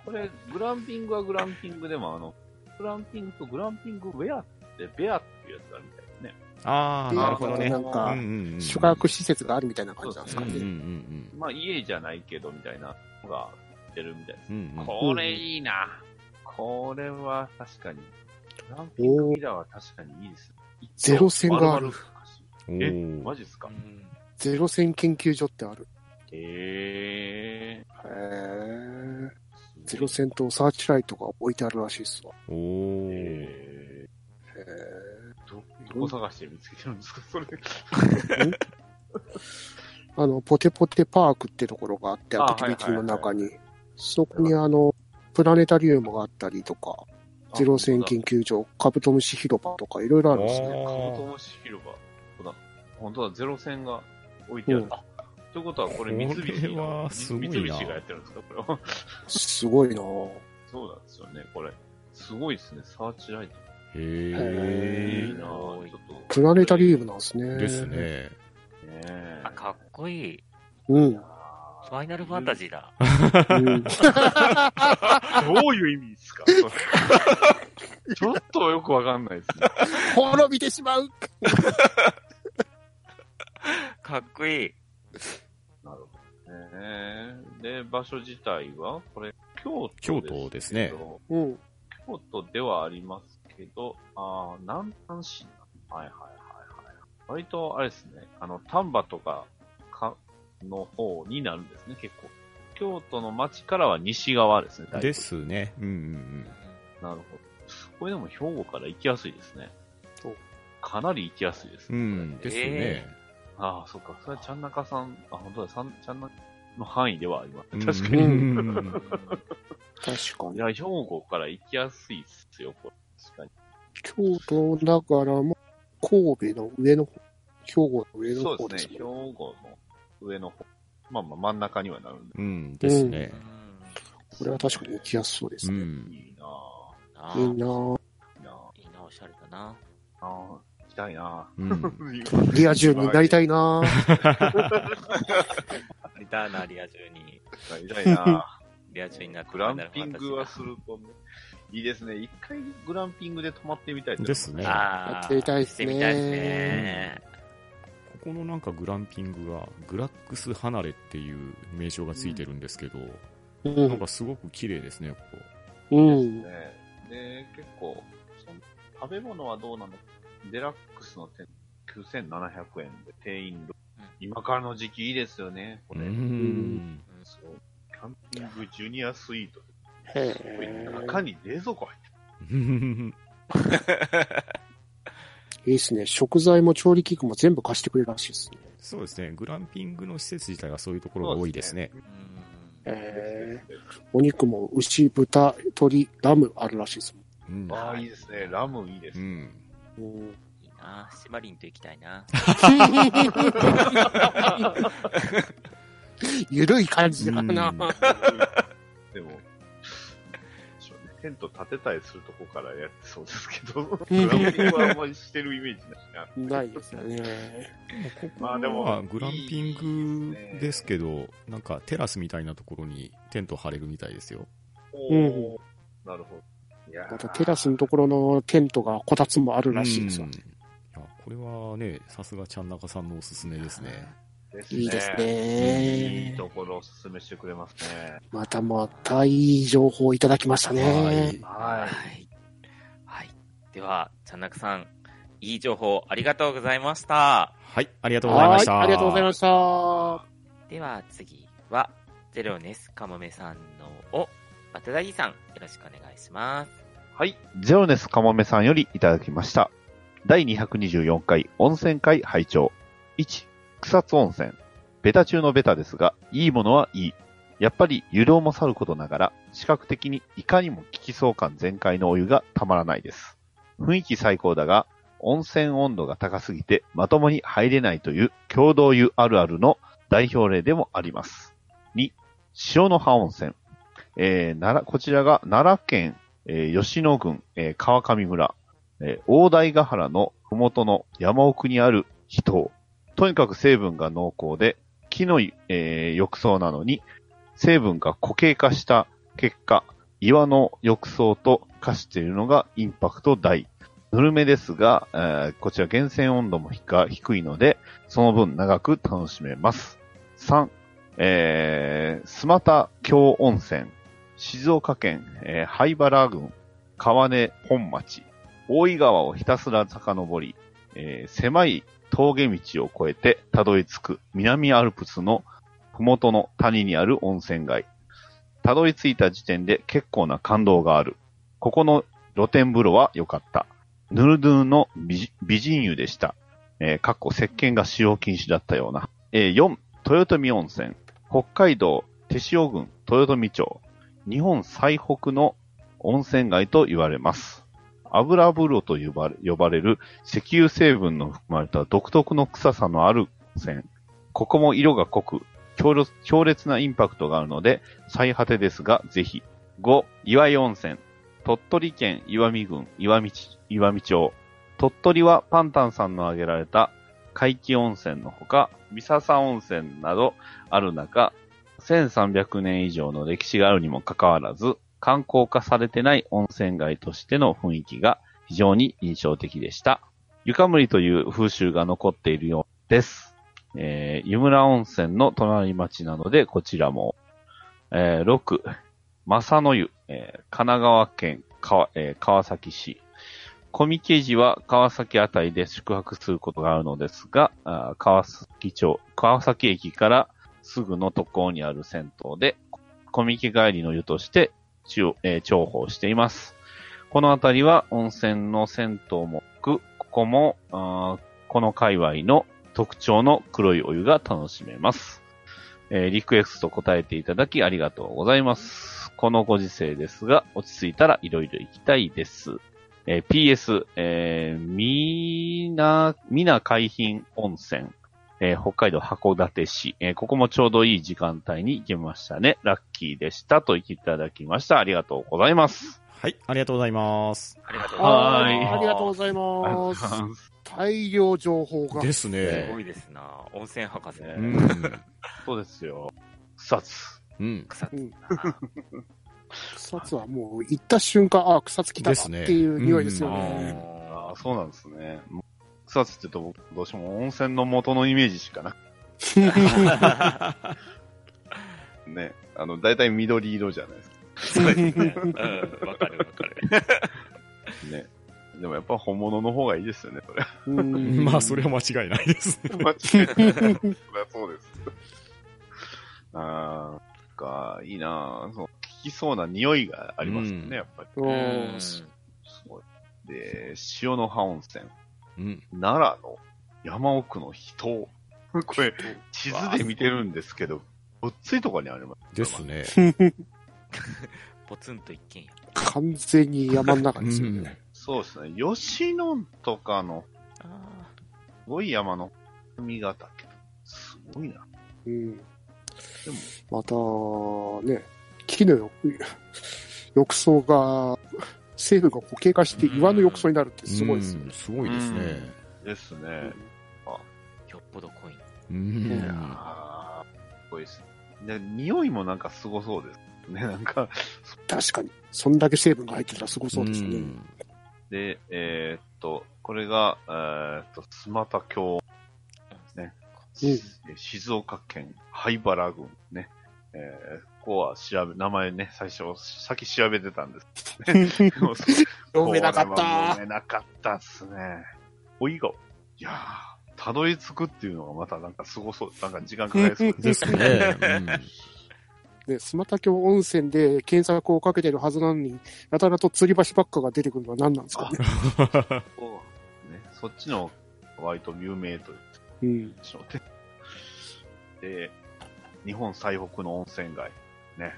これ、グランピングはグランピングでも、あの、グランピングとグランピングウェアって、ベアっていうやつがあるみたいですね。ああ、なるほどね。なんうかん、うんうん宿泊施設があるみたいな感じなんですうかんうんうね。んまあ、家じゃないけど、みたいなのが出るみたいです。うんうんうん。これいいな。これは確かに。グランピングミラーは確かにいいです。ゼロ戦がある丸々おえ、ーマジっすかうんゼロ戦研究所ってある。へへーーゼロ戦とサーチライトが置いてあるらしいっすわ。おーへへーーどどこ探して見つけてるんですかそれ。あの、ポテポテパークってところがあって、あアクティビティの中はに。そこにあの、プラネタリウムがあったりとか、ゼロ戦金研究所、カブトムシ広場とかいろいろあるんですね。カあーブトムシ広場。ほら本当だ、ゼロ戦が置いてある。うんあということは、これ、これ三は菱が、すごいな三菱がやってるんですかこれは。 すごいなぁ。そうなんですよね、これ。すごいですね、サーチライト。へいえい。なぁ、ちょっと。プラネタリウムなんですね。です。ね。ねえあ、かっこいい。うん。ファイナルファンタジーだ。うんどういう意味ですか ちょっとよくわかんないですね。滅びてしまう。かっこいい。なるほどね。で、場所自体は、これ、京都け京ど都ですねうん。京都ではありますけど、あー南丹市なはいはいはいはい。割と、あれですね、あの、丹波とかかの方になるんですね、結構。京都の町からは西側ですね、だいぶですね。うんうんなるほど。これでも兵庫から行きやすいですねそう。かなり行きやすいですうん。うね。ん。こでれすよね。ああ、そっか。それはちゃんなかさん、あ、本当だ、さんちゃんなの範囲ではあります。うん確かに。うん確かいに。や、兵庫から行きやすいっすよ、これ。確かに。京都だから、ま神戸の上の方、兵庫の上のそ方うでですすね、兵もんね。庫の上の方。まあまあ真ん中にはなるんで。うん。ですね。これは確かに行きやすそうですうね。ん。いいなぁあいいなぁ。いいなぁいいな、おしゃれだな。ああ行きたいなうん。ぁリア充になりたいなぁ。リターナーリア充に、なりたいなぁ リア充になってグランピングはするとね、いいですね。一回グランピングで泊まってみたい思いまですねあやっあ。てみたいっしすてねみたいですね。ここのなんかグランピングが、グラックス離れっていう名称がついてるんですけど、うなんん。かすごく綺麗ですね、ここ。うん。ね。で、結構、その食べ物はどうなのデラックスの店9700円で定員料うん今からの時期いいですよね、こうれ。ん。そう。キャンピングジュニアスイート。へ中に冷蔵庫入ってえ。いいっすね。食材も調理器具も全部貸してくれるらしいですね。そうですね、グランピングの施設自体がそういうところが多いですね。うんへえ。お肉も牛、豚、鶏、ラムあるらしいですうんる。ああ、いいですね。ラムいいですうね。ん。も ん。うん。いいな。シマリンと行きたいな。ゆるい感じだな。うんでも、そうねテント建てたりするとこからやってそうですけ ど、グうんランピングはあんまりしてるイメージないな。ないですよね。ここまあでもはグランピングですけど、なんかテラスみたいなところにテント張れるみたいですよ。おーなるほど。いやーまたテラスのところのテントがこたつもあるらしいですようん。いやこれはね、さすがちゃん中さんのおすすめですね。ですねいいですいいね。ところをおすすめしてくれますね。またまたいい情報をいただきましたね。ははい。はい。では、ちゃんなくさん、いい情報ありがとうございました。はい、ありがとうございました。はいありがとうございましした。はでは、次は、ゼロネスカモメさんのを、まただぎさん、よろしくお願いします。はい。ゼロネスカモメさんよりいただきました。第224回温泉会拝聴。1、草津温泉。ベタ中のベタですが、いいものはいい。やっぱり湯量もさることながら、視覚的にいかにも危機相関全開のお湯がたまらないです。雰囲気最高だが、温泉温度が高すぎてまともに入れないという共同湯あるあるの代表例でもあります。2、塩の葉温泉。えー、奈良、こちらが奈良県えー吉野郡、えー川上村、えー大台ヶ原のふもとの山奥にある秘湯。とにかく成分が濃厚で、木のい、えー浴槽なのに、成分が固形化した結果、岩の浴槽と化しているのがインパクト大。ぬるめですが、えーこちら源泉温度も低低いので、その分長く楽しめます。3、えー、スマタ京温泉。静岡県、えー灰原郡川根本町、大井川をひたすら遡り、えー狭い峠道を越えてたどり着く南アルプスの麓の谷にある温泉街。たどり着いた時点で結構な感動がある。ここの露天風呂は良かった。ヌルドゥンの美美人湯でした。えー、かっこ石鹸が使用禁止だったような。えー4、豊臣温泉。北海道手塩郡豊臣町。日本最北の温泉街と言われます。油風呂と呼ばれ呼ばれる石油成分の含まれた独特の臭さのある温泉。ここも色が濃く、強烈強烈なインパクトがあるので、最果てですが、ぜひ。5、岩井温泉。鳥取県岩見郡岩見地岩見町。鳥取はパンタンさんの挙げられた海気温泉のほか、三笹温泉などある中、1300年以上の歴史があるにもかかわらず、観光化されてない温泉街としての雰囲気が非常に印象的でした。湯かむりという風習が残っているようです。えー、湯村温泉の隣町なので、こちらも。えー、6、正野湯、えー神奈川県川,、えー川崎市。コミケジは川崎あたりで宿泊することがあるのですが、あー川崎町、川崎駅からすぐのところにある銭湯で、コミケ帰りの湯として、ちをえー重宝しています。この辺りは温泉の銭湯も多く、ここも、あーこの界隈の特徴の黒いお湯が楽しめます。えーリクエスト答えていただきありがとうございます。このご時世ですが、落ち着いたらいろいろ行きたいです。えー PS、えー、みな、みな海浜温泉、えー北海道函館市、えーここもちょうどいい時間帯に行けましたね。ラッキーでしたといただきました。ありがとうございます。 はい、ありがとうございます。ありがとうございます。はーいい。ありがとうございありがとうごまざいす。ます大量情報が。ですすねご。いですな。温泉博士。うねん。そうですよ。草津。うん。草津。うん草津はもう行った瞬間、ああ、草津来たですねっていう匂いですようね。ああ、そうなんですね。草津って言うと僕、どうしても温泉の元のイメージしかなくてね。あの、大体緑色じゃないですか。そうですね。うん、わかるわかる。ね。でもやっぱ本物の方がいいですよね、 それ。うんまあ、それは間違いないですね。間違いない。そりゃそうです。ああ、そっか、いいなあそう、効きそうな匂いがありますよね、うんやっぱり。おーすごい。で、塩の葉温泉、うん。奈良の山奥の人。これ、地図で見てるんですけど、ごっついとこにあります。ですね。ポツンと一軒家。完全に山の中ですよね。そうですね。吉野とかの、ああ。すごい山の、新潟県。すごいな。うんまた、ね、木のよ浴槽が、政府が固形化して岩の浴槽になるってすごいですようんね。すごいですね。ですね。よっぽど濃い。ううんん。あーすごいですね。で、匂いもなんかすごそうです。ね、なんか、確かに。そんだけ成分が入ってたらすごそうですうね。んで、えーっと、これが、えーっと、スマタ教、ね、うん静岡県灰原郡ね、えーここは調べ、名前ね、最初、先調べてたんです けどね。読めなかったこれは読めなかったっすね。おいが、いやー、たどり着くっていうのがまたなんかすごそう、なんか時間かかりそうですですね。ね、スマタ教温泉で検索をかけてるはずなのに、やたらと吊り橋ばっかが出てくるのは何なんですかね。ね、そっちの割と有名といううん。ちょっと待ってで、日本最北の温泉街。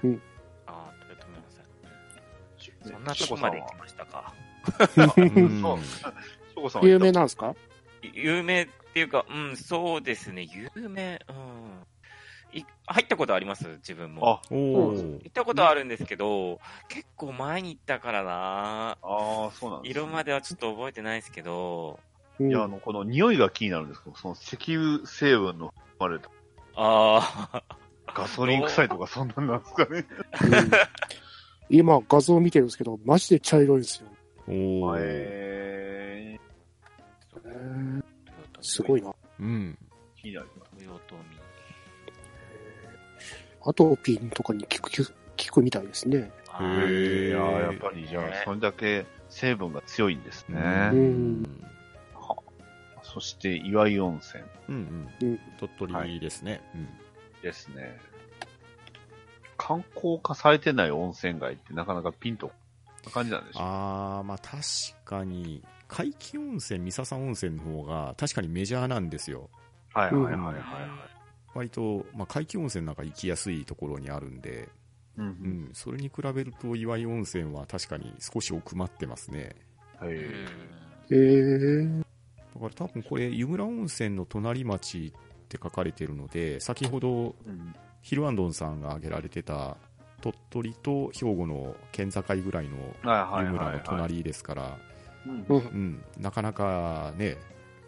ああ、とりあえずごめんなさい。そんなとしょこさまんでは行きましたか。うんうんそう。しょこさんは有行っ名たなんですか有名っていうか、うん、そうですね、有名、うん。い入ったことあります自分も。あ、うんおー行ったことはあるんですけど、結構前に行ったからなああ、そうなんですね色まではちょっと覚えてないですけど、うんいや、あの、この匂いが気になるんですけど、その石油成分の含まれたああ、ガソリン臭いとかそんなんなんですかね。うん今画像見てるんですけど、マジで茶色いんですよ。おーえすごいな。な。うん。ー、気になるな。豊臣アトピンとかに効く、効くみたいですね。あへーーいやーやっぱりじゃあ、それだけ成分が強いんですね。うんそして、岩井温泉うんううんん。鳥取ですね。うんですね。観光化されてない温泉街ってなかなかピンとこな感じなんでしょうあー、まあ確かに、海気温泉、三笹温泉の方が確かにメジャーなんですよ。はいはいはいはいうんは割と、まあ、海気温泉なんか行きやすいところにあるんで、い。ううんん、それに比べると岩井温泉は確かに少し奥まってますね。うん。うんへえー、だから多分これ、湯村温泉の隣町って書かれてるので、先ほどーうんヒルアンドンさんが挙げられてた鳥取と兵庫の県境ぐらいのはい湯村はいはいのはい。隣ですから、うんうんうん、なかなかね、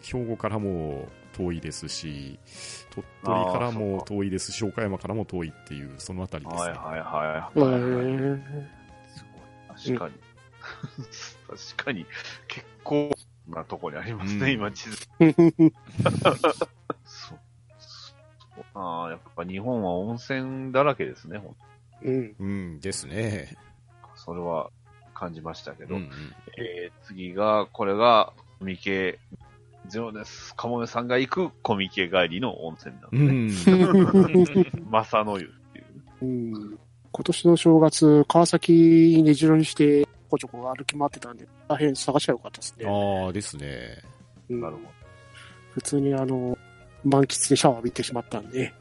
兵庫からも遠いですし、鳥取からも遠いですし、岡山からも遠いっていう、そのあたりですはいね。はいはえいはい。ー、すごい。 確かに。確かに、結構なとこにありますうんね、今 地図。そう。そうああ、やっぱ日本は温泉だらけですね、ほんと うん。うんですね。それは感じましたけうんどう。んえー次が、これが、コミケゼロです。カモメさんが行くコミケ帰りの温泉なんでうね。んマサノ湯っていう。うん今年の正月、川崎根城にして、ちょこちょこ歩き回ってたんで、大変探しが良かったですね。ああ、です ね。うんなるほど。普通にあの、満喫でシャワー浴びてしまったんで。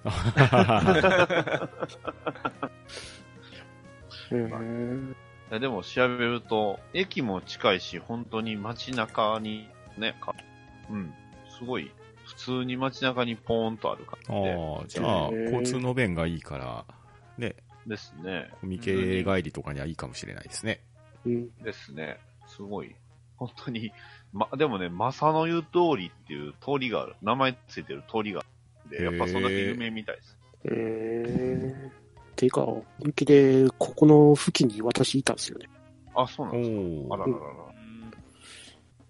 えーいやでも調べると、駅も近いし、本当に街中にね、かうん、すごい、普通に街中にポーンとある感ああ、じじでゃあ、へー交通の便がいいから、ね、ですね。コミケ帰りとかにはいいかもしれないですね。うんですね。すごい。本当に、ま、でもね、正の湯通りっていう通りがある。名前ついてる通りがあるんで、やっぱそんだけ有名みたいです。えーていうか、本気で、ここの付近に私いたんですよね。あ、そうなんです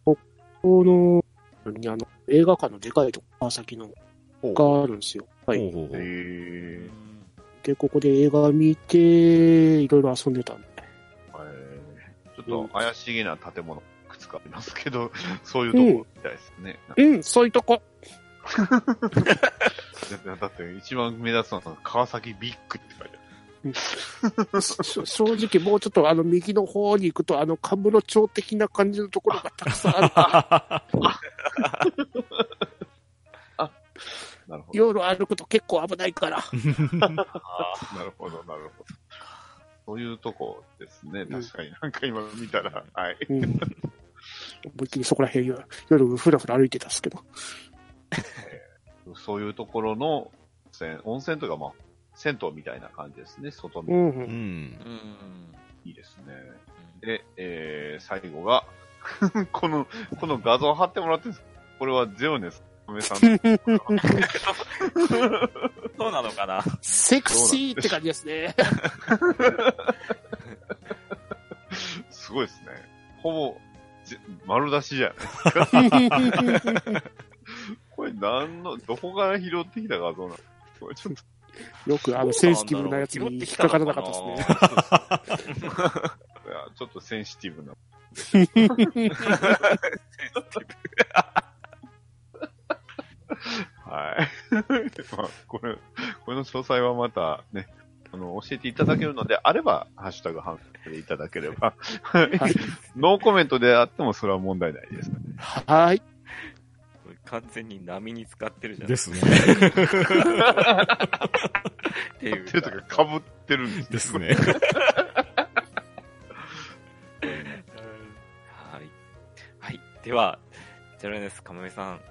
おか。あおらららら。この、にあの、映画館のでかいとこ、先のほうがあるんですよ。はい。ほうほうほへうえ。で、ここで映画見て、いろいろ遊んでたんで。えーちょっと怪しげな建物いくつかありますけど、そういうとこみたいですね。うん、そういうとこ。だってだって一番目立つのは川崎ビッグって書いてし 正直、もうちょっとあの、右の方に行くと、あの、カムロ町的な感じのとこ ろがたくさんあるから、ある。なるほど。夜歩くと結構危ないから。なるほど、なるほど。そういうとこですね。確かになんか今見たら、はい。 うん。思いっきりそこら辺、夜、ふらふら歩いてたんですけど。そういうところの温泉、温泉というかまあ、銭湯みたいな感じですね。外う見ん、う。うんん。うん。いいですね。で、えー、最後が、 この、この画像貼ってもらってるんですこれはゼオネス。亀さんのそうなのかなセクシーって感じですね。すごいですね。ほぼ、じ丸出しじゃん。 これ何の、どこから拾ってきた画像なのこれちょっと、よく、あの、センシティブなやつに引っかからなかったですね。いやちょっとセンシティ ブな。はい。 まあ、これ、これの詳細はまたね、あの、教えていただけるのであれば、ハッシュタグ反復でいただければ、はいノーコメントであってもそれは問題ないです。はい。完全に波に使ってるじゃん。ですね。っていう。ていうか、被ってるんですですね。 はい。はい。では、ゼロネスかもめさん、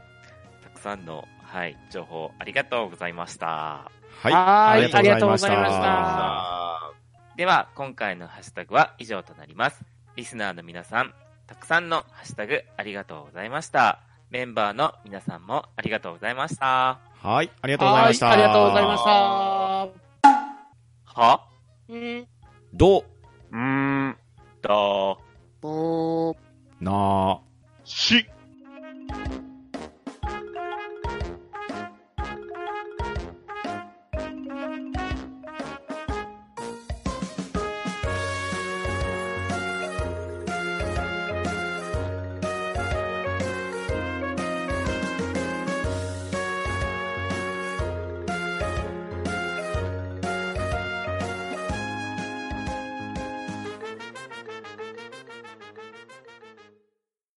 たくさんの、はい、情報ありがとうございました。はい。はありがとうごあざいりまがとうございまししたた。あでは、今回のハッシュタグは以上となります。リスナーの皆さん、たくさんのハッシュタグありがとうございました。メンバーの皆さんもありがとうございました。はい。ありがとうございました。はいありがとうございまししたはた。うん。ど、ーうーん、どおーな、し、